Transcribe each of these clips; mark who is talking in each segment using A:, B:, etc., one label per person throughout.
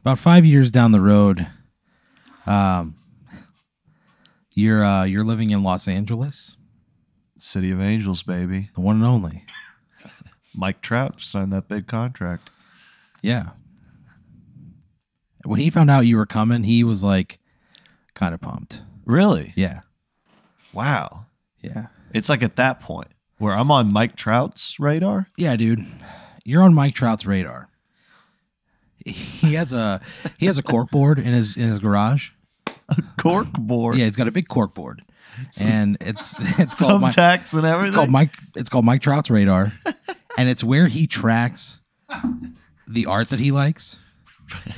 A: about five years down the road, um, you're uh, you're living in Los Angeles,
B: City of Angels, baby.
A: the one and only.
B: Mike Trout signed that big contract.
A: Yeah. When he found out you were coming, he was like, kind of pumped.
B: Really?
A: Yeah,
B: Wow.
A: yeah,
B: It's like at that point where I'm on Mike Trout's radar.
A: yeah, dude. You're on Mike Trout's radar. He has a he has a corkboard in his in his garage.
B: Cork board,
A: Yeah, he's got a big corkboard, and it's it's called Mike.
B: thumbtacks, and everything.
A: It's called Mike. It's called Mike Trout's radar, and it's where he tracks the art that he likes.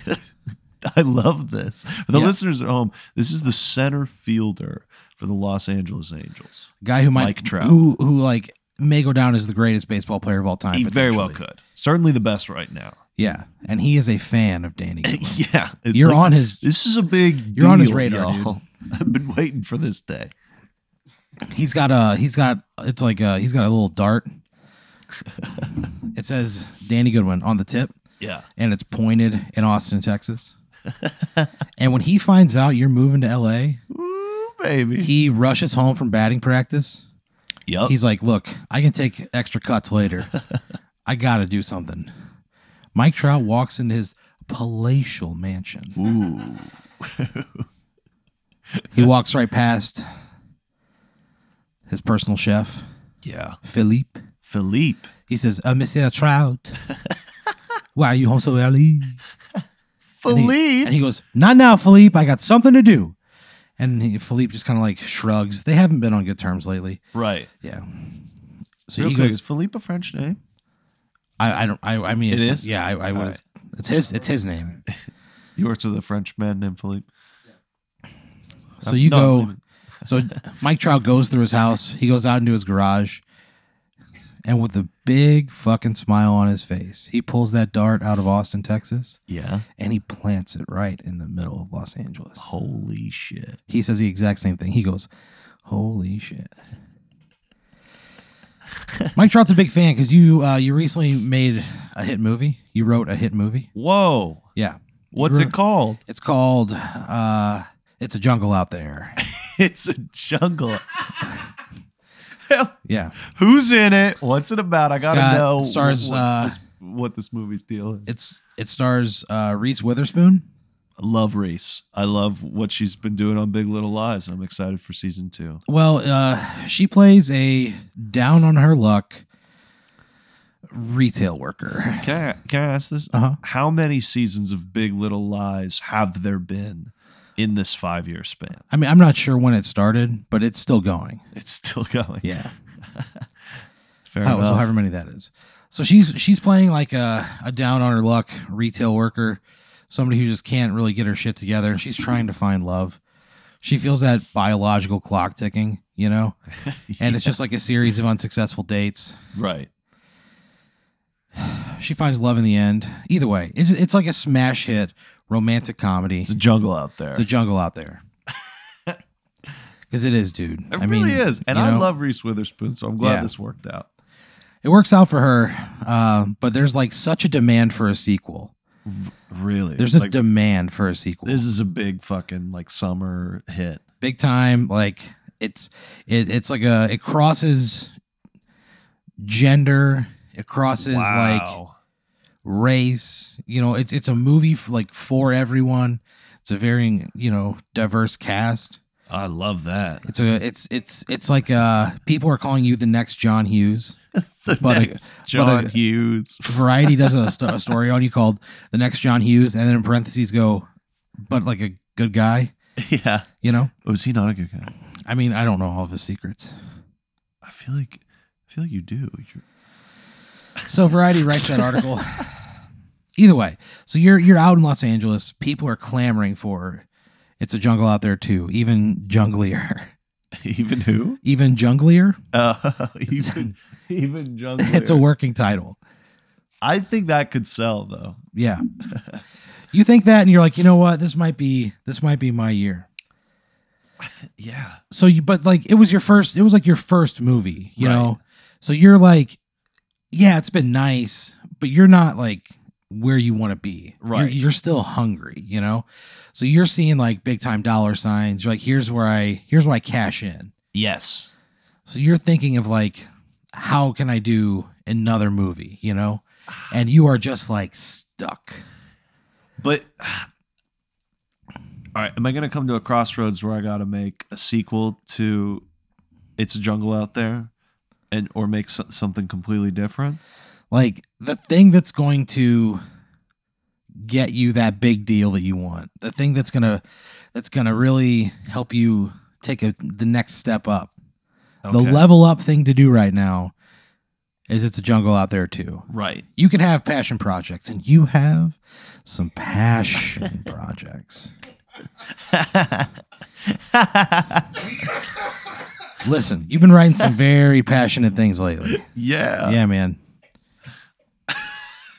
B: I love this. For the
A: Yeah.
B: listeners at home, this is the center fielder for the Los Angeles Angels.
A: Guy who might
B: Mike Trout.
A: who who like may go down as the greatest baseball player of all time.
B: He very well
A: potentially.
B: could. Certainly the best right now.
A: Yeah, and he is a fan of Danny. Gilbert.
B: yeah. it-
A: You're
B: like,
A: on his.
B: This is a big
A: You're on his
B: deal,
A: radar,
B: y'all. I've been waiting for this day.
A: He's got a. He's got. It's like a. He's got a little dart. it says Danny Goodwin on the tip,
B: Yeah.
A: and it's pointed in Austin, Texas. and when he finds out you're moving to L.A.,
B: Ooh, baby.
A: he rushes home from batting practice.
B: yep.
A: He's like, look, I can take extra cuts later. I got to do something. Mike Trout walks into his palatial mansion.
B: Ooh.
A: He walks right past his personal chef,
B: Yeah.
A: Philippe.
B: Philippe.
A: He says, uh, Monsieur Trout, why are you home so early? And he-
B: Philippe.
A: And he goes, Not now, Philippe. I got something to do. And he, Philippe just kind of like shrugs. They haven't been on good terms lately.
B: right.
A: Yeah. So
B: Real
A: he
B: quick,
A: goes,
B: is Philippe a French Eh? name?
A: I, I don't, I, I mean,
B: It
A: it's,
B: is?
A: Yeah, I, I would.
B: right.
A: It's his, it's his name.
B: He works with a French man named Philippe.
A: So you
B: No, I
A: go.
B: believe
A: So Mike Trout goes through his house. He goes out into his garage, and with a big fucking smile on his face, he pulls that dart out of Austin, Texas,
B: Yeah.
A: and he plants it right in the middle of Los Angeles.
B: Holy shit.
A: He says the exact same thing. He goes, "Holy shit." Mike Trout's a big fan because you uh, you recently made a hit movie. You wrote a hit movie.
B: Whoa.
A: Yeah,
B: What's
A: You're-
B: it called?
A: it's called uh, "It's a Jungle Out There."
B: It's a jungle.
A: Yeah,
B: Who's in it? What's it about? I gotta
A: got-
B: know.
A: it stars,
B: what's
A: uh,
B: this, what this movie's deal is.
A: it's it stars uh, Reese Witherspoon.
B: I love Reese. I love what she's been doing on Big Little Lies, and I'm excited for season two.
A: Well, uh, she plays a down on her luck retail worker.
B: Can I, can I ask this?
A: Uh huh.
B: How many seasons of Big Little Lies have there been in this five year span?
A: I mean, I'm not sure when it started, but it's still going.
B: It's still going.
A: Yeah.
B: Fair
A: How- so
B: enough.
A: however many that is. So she's she's playing like a, a down on her luck retail worker, somebody who just can't really get her shit together. She's trying to find love. She feels that biological clock ticking, you know, and it's just like a series of unsuccessful dates.
B: right.
A: She finds love in the end. Either way, it's, it's like a smash hit romantic comedy.
B: It's a jungle out there.
A: It's a jungle out there. Because it is, dude.
B: it really is. And
A: you
B: I
A: know,
B: love Reese Witherspoon, so I'm glad
A: Yeah.
B: this worked out.
A: it. Works out for her, uh, but there's like such a demand for a sequel.
B: Really.
A: There's a
B: like,
A: demand for a sequel,
B: this is a big fucking like summer hit.
A: big time. Like it's it, it's like a it crosses gender, it crosses like
B: wow.
A: race. You know, it's it's a movie f- like for everyone. It's a varying you know diverse cast.
B: I love that.
A: It's a it's it's it's like uh people are calling you the next John Hughes.
B: The
A: But a-
B: next John
A: but a-
B: Hughes.
A: Variety does a, st- a story on you called "The Next John Hughes," and then in parentheses go, "But like a good guy,"
B: yeah.
A: you know.
B: Was he not a good guy?
A: I mean, I don't know all of his secrets.
B: I feel like I feel like you do. You're,
A: So Variety writes that article. Either way, so you're you're out in Los Angeles. People are clamoring for. It's a jungle out there too, even junglier,
B: even who?
A: even junglier.
B: Uh, even even jungle.
A: It's a working title.
B: I think that could sell though.
A: Yeah. You think that, and you're like, you know what? This might be this might be my year.
B: Yeah.
A: so you but like it was your first it was like your first movie you
B: Right.
A: know so you're like yeah it's been nice but you're not like where you want to be.
B: Right.
A: You're, you're still hungry, you know? So you're seeing like big time dollar signs. You're like, here's where I here's where I cash in.
B: Yes.
A: So you're thinking of like, how can I do another movie, you know? And you are just like stuck.
B: But all right, am I gonna come to a crossroads where I gotta make a sequel to It's a Jungle Out There, and or make so- something completely different?
A: Like the thing that's going to get you that big deal that you want. The thing that's going to that's going to really help you take a, the next step up. The
B: Okay.
A: level up thing to do right now is it's a jungle out there too.
B: right.
A: You can have passion projects and you have some passion projects. Listen, you've been writing some very passionate things lately.
B: yeah.
A: Yeah, man.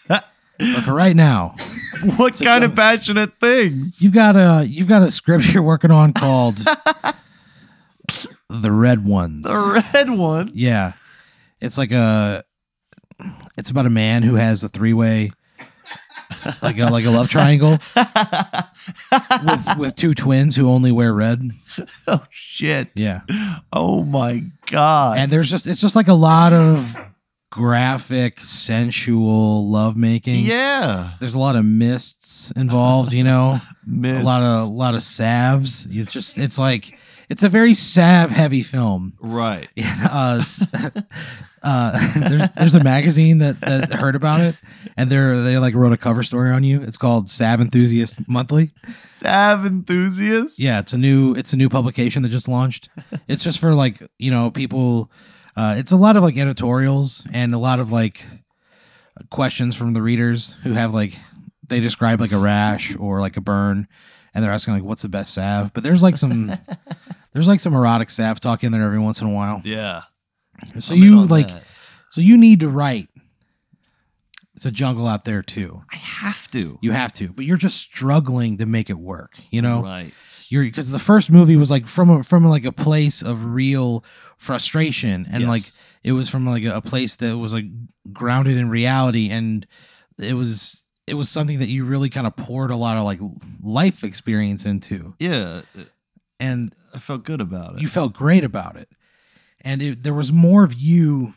A: but for right now,
B: What
A: a
B: kind of
A: jungle.
B: passionate things?
A: you've got a you've got a script you're working on called The Red Ones.
B: the red ones.
A: yeah. It's like a it's about a man who has a three-way like a like a love triangle with with two twins who only wear red.
B: Oh shit.
A: Yeah.
B: Oh my god.
A: And there's just it's just like a lot of graphic, sensual lovemaking.
B: yeah.
A: There's a lot of mists involved, you know.
B: Miss.
A: a lot of a lot of salves. It's just it's like it's a very salve heavy film.
B: right.
A: Uh, s- uh, there's there's a magazine that, that heard about it, and they're they like wrote a cover story on you. It's called Salve Enthusiast Monthly.
B: Sav enthusiast.
A: Yeah, it's a new it's a new publication that just launched. It's just for like you know people. Uh, it's a lot of like editorials and a lot of like questions from the readers who have like they describe like a rash or like a burn, and they're asking like what's the best salve. But there's like some there's like some erotic salve talk in there every once in a while.
B: Yeah.
A: So
B: I'm in
A: you
B: on
A: like
B: that.
A: so you need to write. It's a jungle out there too.
B: I have to.
A: You have to, but you're just struggling to make it work. You know
B: Right.
A: you're because the first movie was like from a, from like a place of real frustration and
B: Yes.
A: like it was from like a, a place that was like grounded in reality and it was it was something that you really kind of poured a lot of like life experience into
B: yeah.
A: and
B: I felt good about it.
A: you felt great about it and it, there was more of you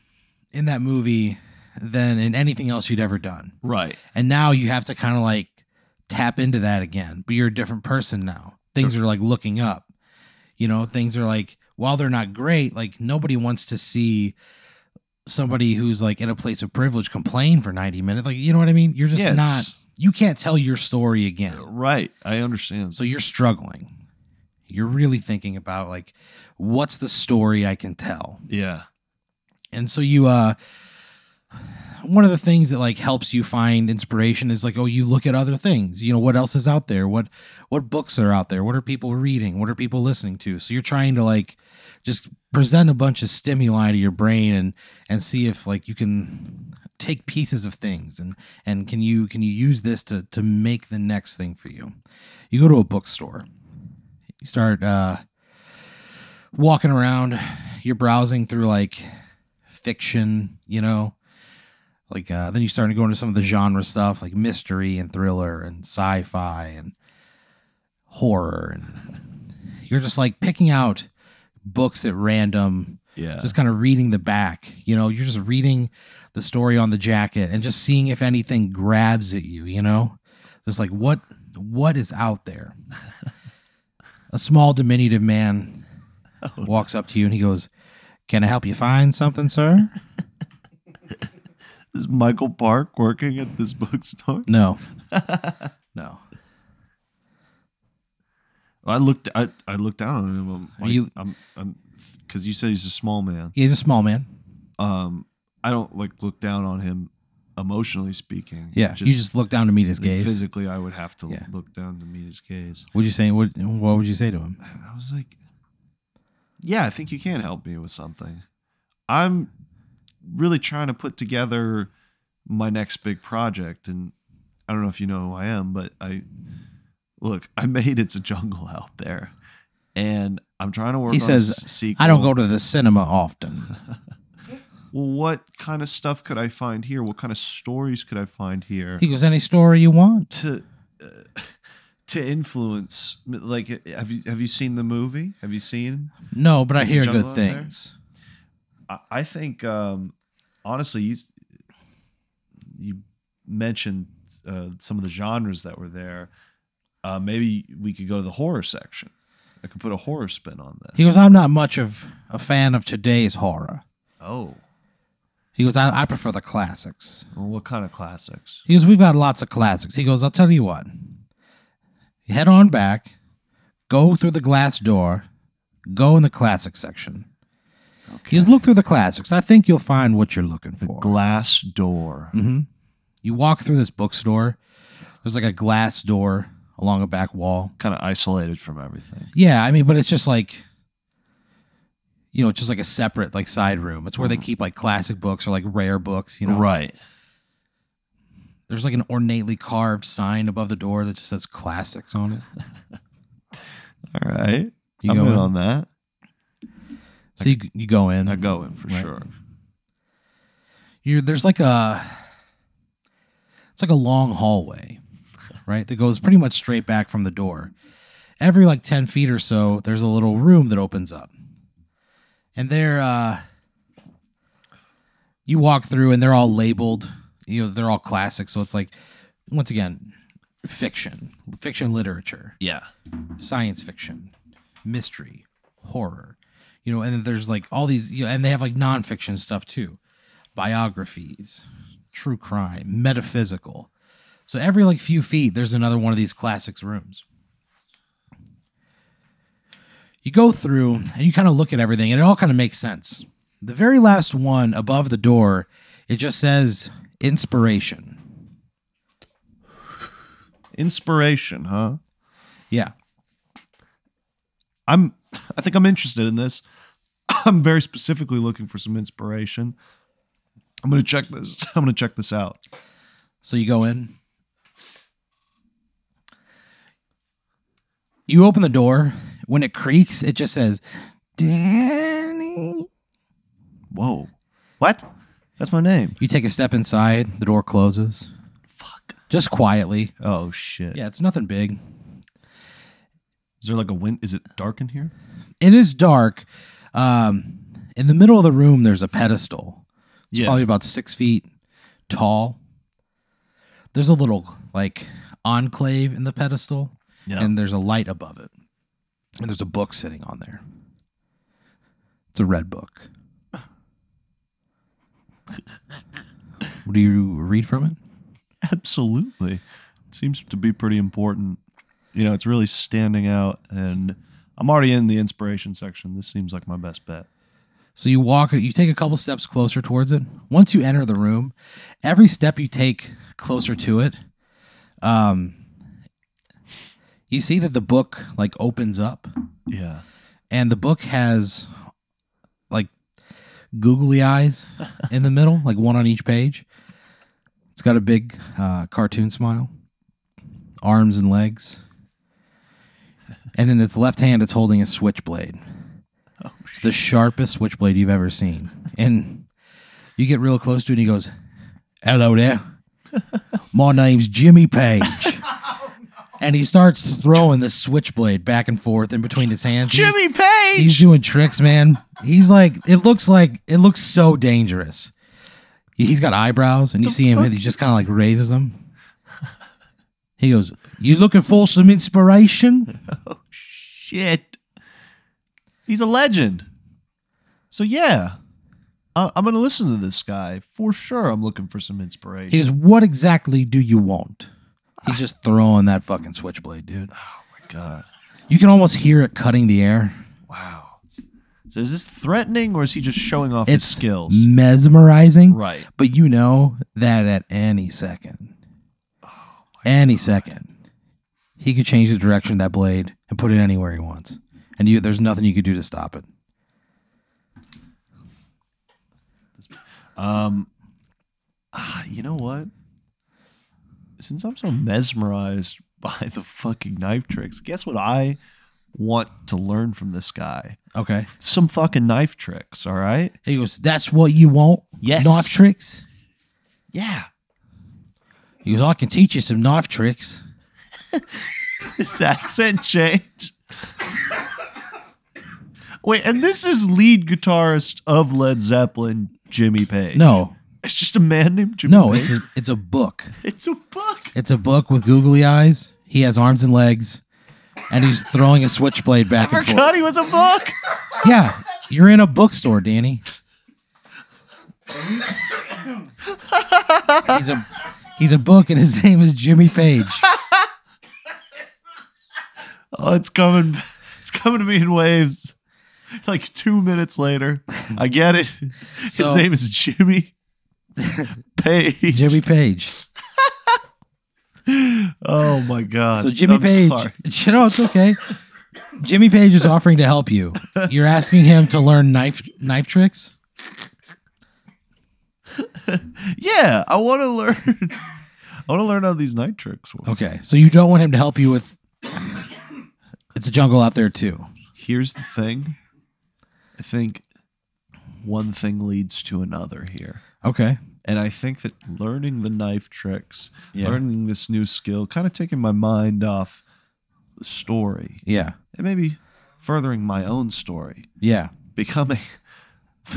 A: in that movie than in anything else you'd ever done
B: right.
A: and now you have to kind of like tap into that again but you're a different person now things are like looking up you know things are like while they're not great like nobody wants to see somebody who's like in a place of privilege complain for 90 minutes like you know what i mean you're just
B: Yeah,
A: not
B: it's- Uh,
A: you can't tell your story again
B: Right. I understand.
A: so you're struggling you're really thinking about like what's the story i can tell
B: yeah.
A: and so you uh one of the things that like helps you find inspiration is like oh you look at other things you know what else is out there what what books are out there what are people reading what are people listening to so you're trying to like just present a bunch of stimuli to your brain and and see if like you can take pieces of things and and can you can you use this to to make the next thing for you you go to a bookstore you start uh walking around you're browsing through like fiction, you know. Like uh, then you start to go into some of the genre stuff, like mystery and thriller and sci-fi and horror, and you're just like picking out books at random,
B: Yeah.
A: just kind of reading the back. You know, you're just reading the story on the jacket and just seeing if anything grabs at you. You know, just like what what is out there. A small diminutive man walks up to you and he goes, "Can I help you find something, sir?"
B: is Michael Park working at this bookstore?
A: No. no.
B: I looked. I, I looked down on him. I'm
A: Are
B: like,
A: you-
B: I'm. I'm. Because you said he's a small man.
A: He's a small man.
B: Um. I don't like look down on him, emotionally speaking.
A: Yeah. you just look down to meet his
B: like,
A: gaze.
B: physically, I would have to
A: Yeah.
B: look down to meet his gaze.
A: What'd you say? What, what would you say to him?
B: And I was like, yeah, I think you can help me with something. I'm really trying to put together my next big project. And I don't know if you know who I am, but I look, I made It's a Jungle out there. And I'm trying to work
A: He
B: on
A: says,
B: a s- sequel.
A: I don't go to the cinema often.
B: well, what kind of stuff could I find here? What kind of stories could I find here
A: He goes, any story you want.
B: to uh, to influence? Like, have you have you seen the movie? Have you seen?
A: No, but I
B: It's
A: hear
B: jungle
A: good
B: out there.
A: things.
B: I, I think um, honestly, you s- you mentioned uh, some of the genres that were there. Uh, maybe we could go to the horror section. I could put a horror spin on this.
A: He goes, I'm not much of a fan of today's horror.
B: oh,
A: He goes, I, I prefer the classics.
B: well, what kind of classics?
A: He goes, We've got lots of classics. He goes, I'll tell you what. You head on back, go through the glass door, go in the classic section. He goes, Look through the classics. I think you'll find what you're looking for.
B: Glass door.
A: you walk through this bookstore, there's like a glass door along a back wall.
B: Kind of isolated from everything.
A: Yeah, I mean, but it's just like you know, it's just like a separate like side room. It's where they keep like classic books or like rare books, you know.
B: Right.
A: There's like an ornately carved sign above the door that just says classics on it.
B: All right.
A: You
B: I'm
A: go
B: in
A: in.
B: on that.
A: So you, you go in.
B: I go in for
A: Right.
B: sure.
A: You're there's like a it's like a long hallway, right? That goes pretty much straight back from the door. Every like 10 feet or so, there's a little room that opens up. And they're uh you walk through and they're all labeled, you know, they're all classic, so it's like once again, fiction, fiction literature
B: Yeah.
A: science fiction, mystery, horror. You know, and then there's like all these, you know, and they have like nonfiction stuff too, biographies, true crime, metaphysical. So every like few feet, there's another one of these classics rooms. You go through and you kind of look at everything, and it all kind of makes sense. The very last one above the door, it just says inspiration.
B: Inspiration, huh?
A: Yeah.
B: I'm I think I'm interested in this. I'm very specifically looking for some inspiration. I'm gonna check this. I'm gonna check this out.
A: So you go in. You open the door. When it creaks, it just says, Danny.
B: Whoa. What? That's my name.
A: You take a step inside. The door closes.
B: Fuck.
A: Just quietly.
B: Oh shit.
A: Yeah, it's nothing big.
B: Is there like a wind is it dark in here?
A: It is dark. Um, in the middle of the room, there's a pedestal. It's
B: Yeah.
A: probably about six feet tall. There's a little like enclave in the pedestal.
B: Yeah.
A: and there's a light above it. And there's a book sitting on there. It's a red book. Do you read from it?
B: Absolutely. It seems to be pretty important. You know, it's really standing out and I'm already in the inspiration section. This seems like my best bet.
A: So you walk, you take a couple steps closer towards it. Once you enter the room, every step you take closer to it, um, you see that the book like opens up,
B: Yeah.
A: and the book has like googly eyes in the middle, like one on each page. It's got a big uh, cartoon smile, arms and legs. And in its left hand, it's holding a switchblade.
B: Oh,
A: It's the sharpest switchblade you've ever seen. And you get real close to it, and he goes, Hello there. My name's Jimmy Page. And he starts throwing the switchblade back and forth in between his hands. He's-
B: Page.
A: He's doing tricks, man. He's like, it looks like it looks so dangerous. He's got eyebrows, and you see him, and he just kind of like raises them. He goes, "You looking for some inspiration?"
B: Shit. He's a legend. So yeah, I- I'm gonna listen to this guy for sure. I'm looking for some
A: He
B: inspiration.
A: goes, "What exactly do you want?" He's just throwing that fucking switchblade, dude.
B: oh my god!
A: You can almost hear it cutting the air.
B: Wow. So is this threatening or is he just showing off
A: It's
B: his skills?
A: mesmerizing,
B: right.
A: but you know that at any second, any second, he could change the direction of that blade and put it anywhere he wants, and you there's nothing you could do to stop it.
B: Um. ah, you know what? Since I'm so mesmerized by the fucking knife tricks, guess what I want to learn from this guy?
A: Okay.
B: Some fucking knife tricks, all right?
A: He goes, That's what you want?
B: Yes.
A: Knife tricks?
B: Yeah.
A: He goes, I can teach you some knife tricks.
B: His accent change. Wait, and this is lead guitarist of Led Zeppelin, Jimmy Page.
A: No,
B: It's just a man named Jimmy
A: no,
B: Page.
A: it's a, it's a book.
B: it's a book.
A: It's a book with googly eyes. He has arms and legs, and he's throwing a switchblade back
B: I
A: and forth.
B: forgot Oh, he was a book.
A: Yeah, you're in a bookstore, Danny. he's a he's a book, and his name is Jimmy Page.
B: Oh, it's coming. It's coming to me in waves. Like two minutes later, I get it. His
A: So-
B: name is Jimmy Page.
A: Jimmy Page.
B: Oh my god!
A: So Jimmy
B: I'm
A: Page,
B: sorry.
A: you know it's okay. Jimmy Page is offering to help you. You're asking him to learn knife knife tricks.
B: Yeah, I want to learn. I want to learn how these night tricks work.
A: Okay, so you don't want him to help you with. It's a jungle out there too.
B: Here's the thing. I think one thing leads to another here.
A: Okay.
B: And I think that learning the knife tricks,
A: Yeah.
B: learning this new skill, kind of taking my mind off the story
A: Yeah.
B: and maybe furthering my own story,
A: Yeah.
B: becoming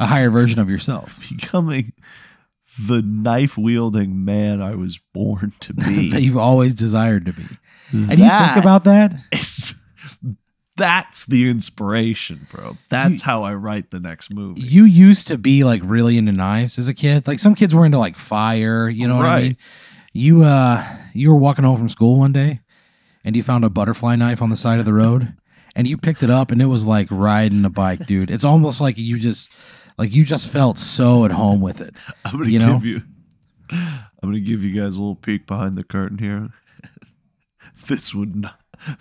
A: A higher version of yourself
B: becoming the knife wielding man I was born to
A: that
B: be.
A: you've always desired to be. And you
B: That
A: think about that?
B: is- that's the inspiration, bro. That's how I write the next movie.
A: You used to be like really into knives as a kid. Like some kids were into like fire, you know what I
B: Right.
A: mean? You uh you were walking home from school one day and you found a butterfly knife on the side of the road and you picked it up and it was like riding a bike, dude. It's almost like you just like you just felt so at home with it.
B: I'm gonna
A: you
B: give
A: know?
B: you. I'm gonna give you guys a little peek behind the curtain here. this would not.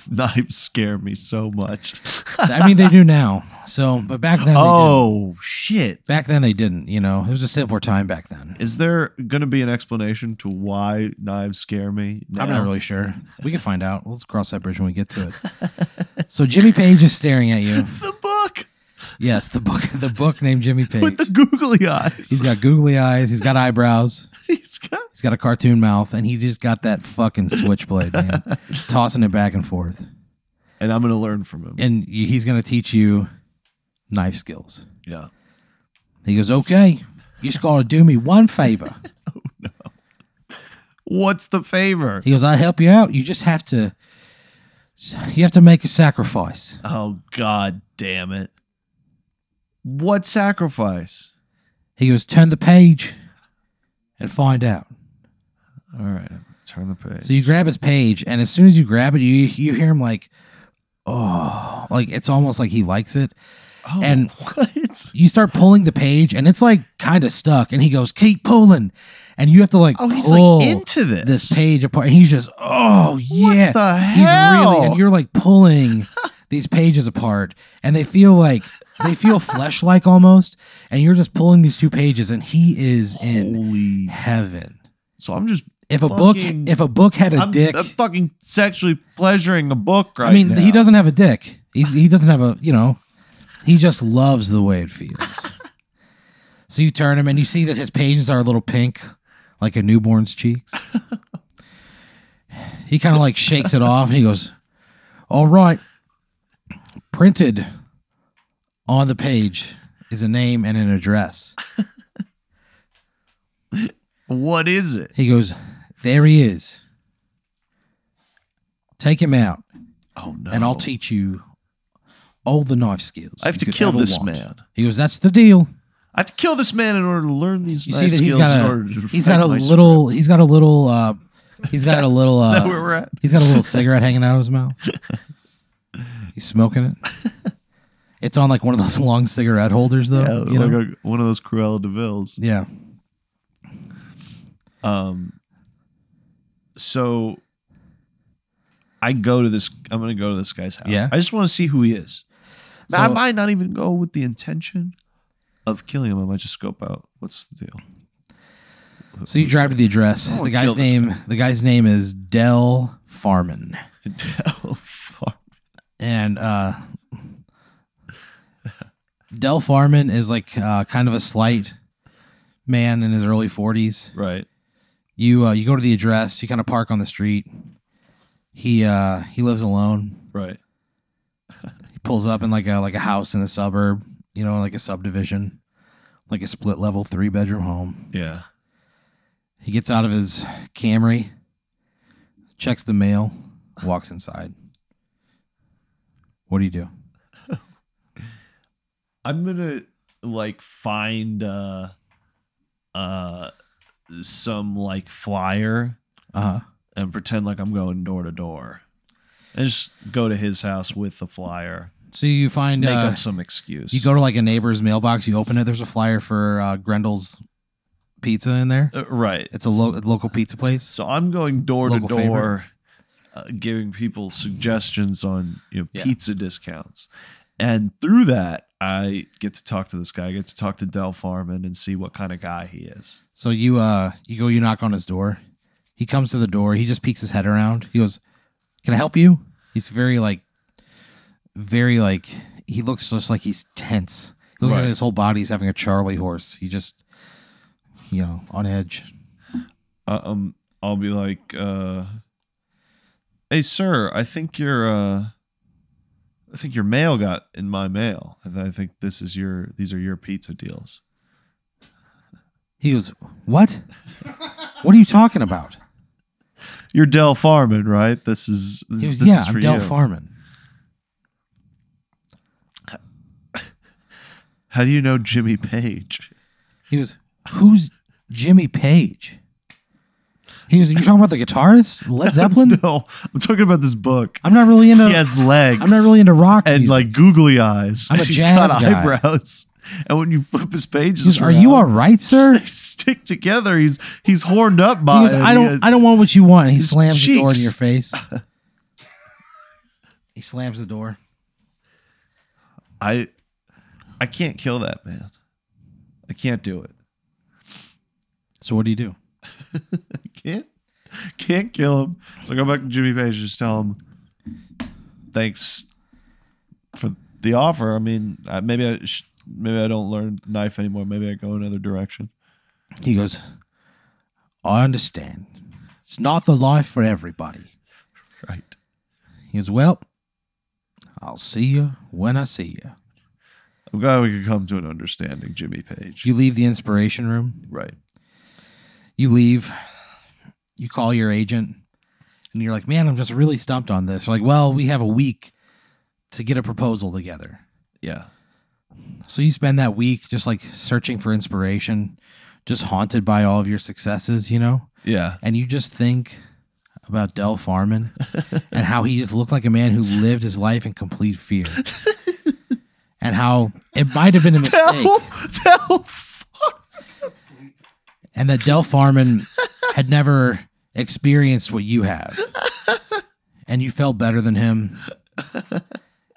B: Knives scare me so much.
A: I mean they do now. So but back then they didn't.
B: oh shit!
A: Back then they didn't, you know. It was a simpler time back then.
B: Is there gonna be an explanation to why knives scare me?
A: I'm
B: now?
A: not really sure. We can find out. Let's cross that bridge when we get to it. so Jimmy Page is staring at you.
B: the book
A: Yes, the book the book named Jimmy Page.
B: with the googly eyes.
A: He's got googly eyes, he's got eyebrows,
B: He's got-
A: he's got a cartoon mouth, and he's just got that fucking switchblade, man. tossing it back and forth.
B: and I'm gonna learn from him.
A: And y- he's gonna teach you knife skills.
B: Yeah.
A: He goes, Okay, you just gotta do me one favor.
B: What's the favor?
A: He goes, I'll help you out. You just have to you have to make a sacrifice.
B: Oh god damn it. What sacrifice?
A: He goes, Turn the page and find out.
B: All right, turn the page.
A: So you grab his page, and as soon as you grab it, you you hear him like, oh, like it's almost like he likes it.
B: oh,
A: and-
B: what?
A: You start pulling the page, and it's like kind of stuck. And he goes, keep pulling, and you have to like
B: Oh, he's
A: pull
B: like into this.
A: this page apart. And he's just, oh yeah,
B: the
A: he's
B: hell?
A: really, and you're like pulling these pages apart, and they feel like they feel flesh like almost, and you're just pulling these two pages, and he is in
B: Holy.
A: heaven.
B: So I'm just.
A: If a book,
B: Oh. Fucking-
A: if a book had a
B: I'm,
A: dick,
B: I'm fucking sexually pleasuring a book right
A: I mean,
B: now.
A: he doesn't have a dick. He's he doesn't have a you know, he just loves the way it feels. so you turn him and you see that his pages are a little pink, like a newborn's cheeks. he kind of like shakes it off and he goes, "All right." Printed on the page is a name and an address.
B: What is it?
A: He goes, "There he is. Take him out,
B: Oh, no.
A: and I'll teach you." All the knife skills.
B: I have
A: you
B: to
A: could
B: kill
A: ever
B: this
A: want."
B: man.
A: He goes, "That's the deal."
B: I have to kill this man in order to learn these
A: You
B: knife
A: see that he's
B: skills in
A: got
B: order
A: a
B: to
A: he's got
B: write
A: a
B: my
A: little he's got a little uh he's got a little
B: script. Is that
A: uh
B: where we're at?
A: he's got a little cigarette hanging out of his mouth. He's smoking it. It's on like one of those long cigarette holders though.
B: Yeah,
A: you know?
B: like a- one of those Cruella de Vils.
A: yeah.
B: Um, so I go to this. I'm going to go to this guy's house.
A: Yeah.
B: I just want to see who he is. Now, I
A: So-
B: might not even go with the intention of killing him. I might just scope out what's the deal.
A: So you drive to the address.
B: I wanna
A: The
B: kill
A: guy's
B: this Oh,
A: name the guy's name is Dell Farman.
B: Del Farm.
A: and uh, Del Farman is like uh, kind of a slight man in his early forties.
B: Right.
A: You uh, you go to the address. You kind of park on the street. He uh, he lives alone.
B: Right.
A: He pulls up in like a like a house in a suburb. You know, like a subdivision, like a split level three bedroom home.
B: Yeah.
A: He gets out of his Camry, checks the mail, walks inside. What do you do?
B: I'm gonna like find uh uh some like flyer
A: Uh huh.
B: and pretend like I'm going door to door. And just go to his house with the flyer.
A: So you find
B: Make
A: uh,
B: up some excuse.
A: you go to like a neighbor's mailbox, you open it. There's a flyer for uh, Grendel's Pizza in there.
B: Uh, right.
A: It's a lo- local pizza place.
B: So I'm going door to
A: Local
B: door, uh, giving people suggestions on you know
A: Yeah.
B: pizza discounts, and through that I get to talk to this guy. I get to talk to Del Farman and see what kind of guy he is.
A: So you uh you go, you knock on his door. He comes to the door. He just peeks his head around. He goes, "Can I help you?" He's very like, very like. He looks just like he's tense. He looks
B: Right.
A: like his whole body's having a Charlie horse. He just, you know, on edge.
B: Uh, um, I'll be like, uh, "Hey, sir, I think your uh, I think your mail got in my mail. I, th- I think this is your these are your pizza deals."
A: He goes, "What? what are you talking about?"
B: You're Del Farman, right? This is
A: He goes,
B: this
A: "Yeah,
B: is for
A: I'm Del
B: you.
A: Farman.
B: How do you know Jimmy Page?
A: He goes, "Who's Jimmy Page?" He goes, "You talking about the guitarist, Led Zeppelin?
B: No, I'm talking about this book.
A: I'm not really into.
B: He has legs.
A: I'm not really into rock
B: and
A: music.
B: like googly eyes.
A: I'm a
B: and he's
A: jazz
B: got
A: guy.
B: eyebrows. And when you flip his pages,
A: He goes, Are you all
B: around,
A: right, sir?
B: They stick together. He's he's horned up by.
A: He goes,
B: it.
A: I
B: Yeah.
A: don't. I don't want what you want. And he
B: His
A: slams the door in
B: cheeks.
A: your face. he slams the door.
B: I I can't kill that man. I can't do it.
A: So what do you do?
B: I can't can't kill him. So I go back to Jimmy Page. and Just tell him thanks for the offer. I mean, I, maybe I sh- maybe I don't learn knife anymore. Maybe I go another direction.
A: He goes, I understand. It's not the life for everybody.
B: Right.
A: He goes, well, I'll see you when I see you.
B: I'm glad we could come to an understanding, Jimmy Page.
A: You leave the inspiration room.
B: right.
A: You leave. You call your agent, and you're like, man, I'm just really stumped on this. They're like, well, we have a week to get a proposal together.
B: Yeah.
A: So you spend that week just like searching for inspiration, just haunted by all of your successes, you know?
B: Yeah.
A: And you just think about Del Farman and how he just looked like a man who lived his life in complete fear. and how it might have been a mistake.
B: Tell, tell.
A: And that Del Farman had never experienced what you have. And you felt better than him.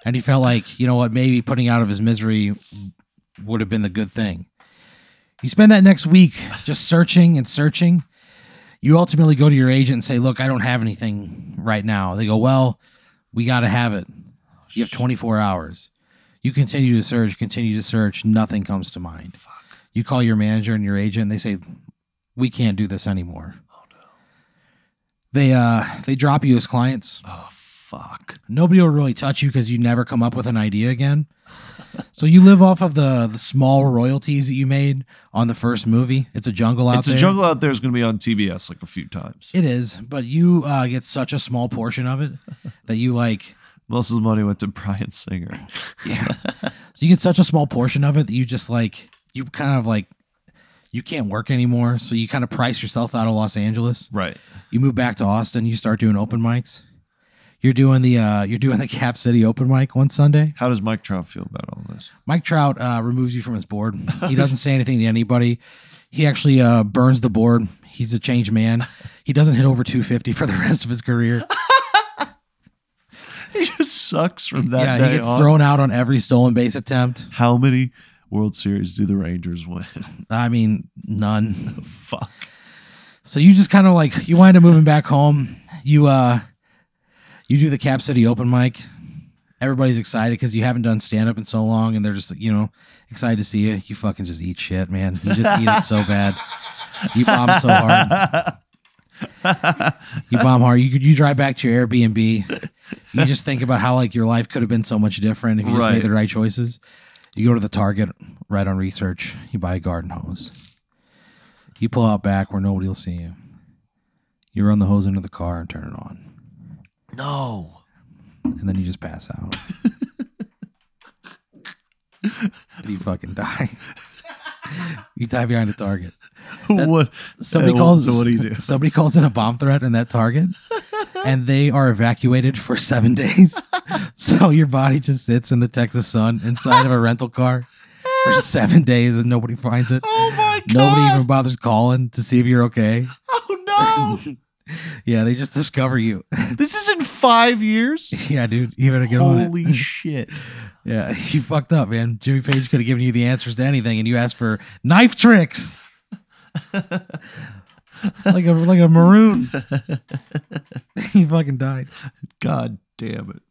A: And you felt like, you know what, maybe putting out of his misery would have been the good thing. You spend that next week just searching and searching. You ultimately go to your agent and say, Look, I don't have anything right now. They go, Well, we got to have it. You have 24 hours. You continue to search, continue to search. Nothing comes to mind. You call your manager and your agent, and they say, We can't do this anymore. They uh they drop you as clients.
B: Oh fuck.
A: Nobody will really touch you because you never come up with an idea again. So you live off of the the small royalties that you made on the first movie. It's a jungle out
B: it's
A: there.
B: a jungle out there is going to be on TBS like a few times.
A: It is, but you uh, get such a small portion of it that you like.
B: Most of the money went to Brian Singer.
A: Yeah. so you get such a small portion of it that you just like you kind of like you can't work anymore. So you kind of price yourself out of Los Angeles.
B: Right.
A: You move back to Austin. You start doing open mics. You're doing the uh, you're doing the Cap City open mic one Sunday.
B: How does Mike Trout feel about all this?
A: Mike Trout uh, removes you from his board. He doesn't say anything to anybody. He actually uh, burns the board. He's a changed man. He doesn't hit over 250 for the rest of his career.
B: He just sucks from that
A: yeah, he
B: day
A: gets
B: on.
A: thrown out on every stolen base attempt.
B: How many World Series do the Rangers win?
A: I mean, none.
B: fuck.
A: So you just kind of like you wind up moving back home. You uh, you do the Cap City open mic. everybody's excited because you haven't done stand up in so long, and they're just you know excited to see you. You fucking just eat shit, man. You just eat it so bad. You bomb so hard. You bomb hard. You you drive back to your Airbnb. You just think about how like your life could have been so much different if you just
B: Right.
A: made the right choices. You go to the Target, right on research. You buy a garden hose. You pull out back where nobody will see you. You run the hose into the car and turn it on.
B: no.
A: and then you just pass out. and you fucking die. you die behind a target.
B: what?
A: Somebody
B: Uh, well,
A: calls.
B: So what do you do?
A: Somebody calls in a bomb threat in that target, and they are evacuated for seven days. so your body just sits in the Texas sun inside of a rental car for seven days, and nobody finds it.
B: Oh my god!
A: Nobody even bothers calling to see if you're okay.
B: Oh
A: Yeah, they just discover you.
B: no! this is in five years.
A: yeah, dude, you better get on it.
B: Holy shit!
A: Yeah, you fucked up, man. Jimmy Page could have given you the answers to anything, and you asked for knife tricks, like a like a maroon. you fucking died.
B: God damn it!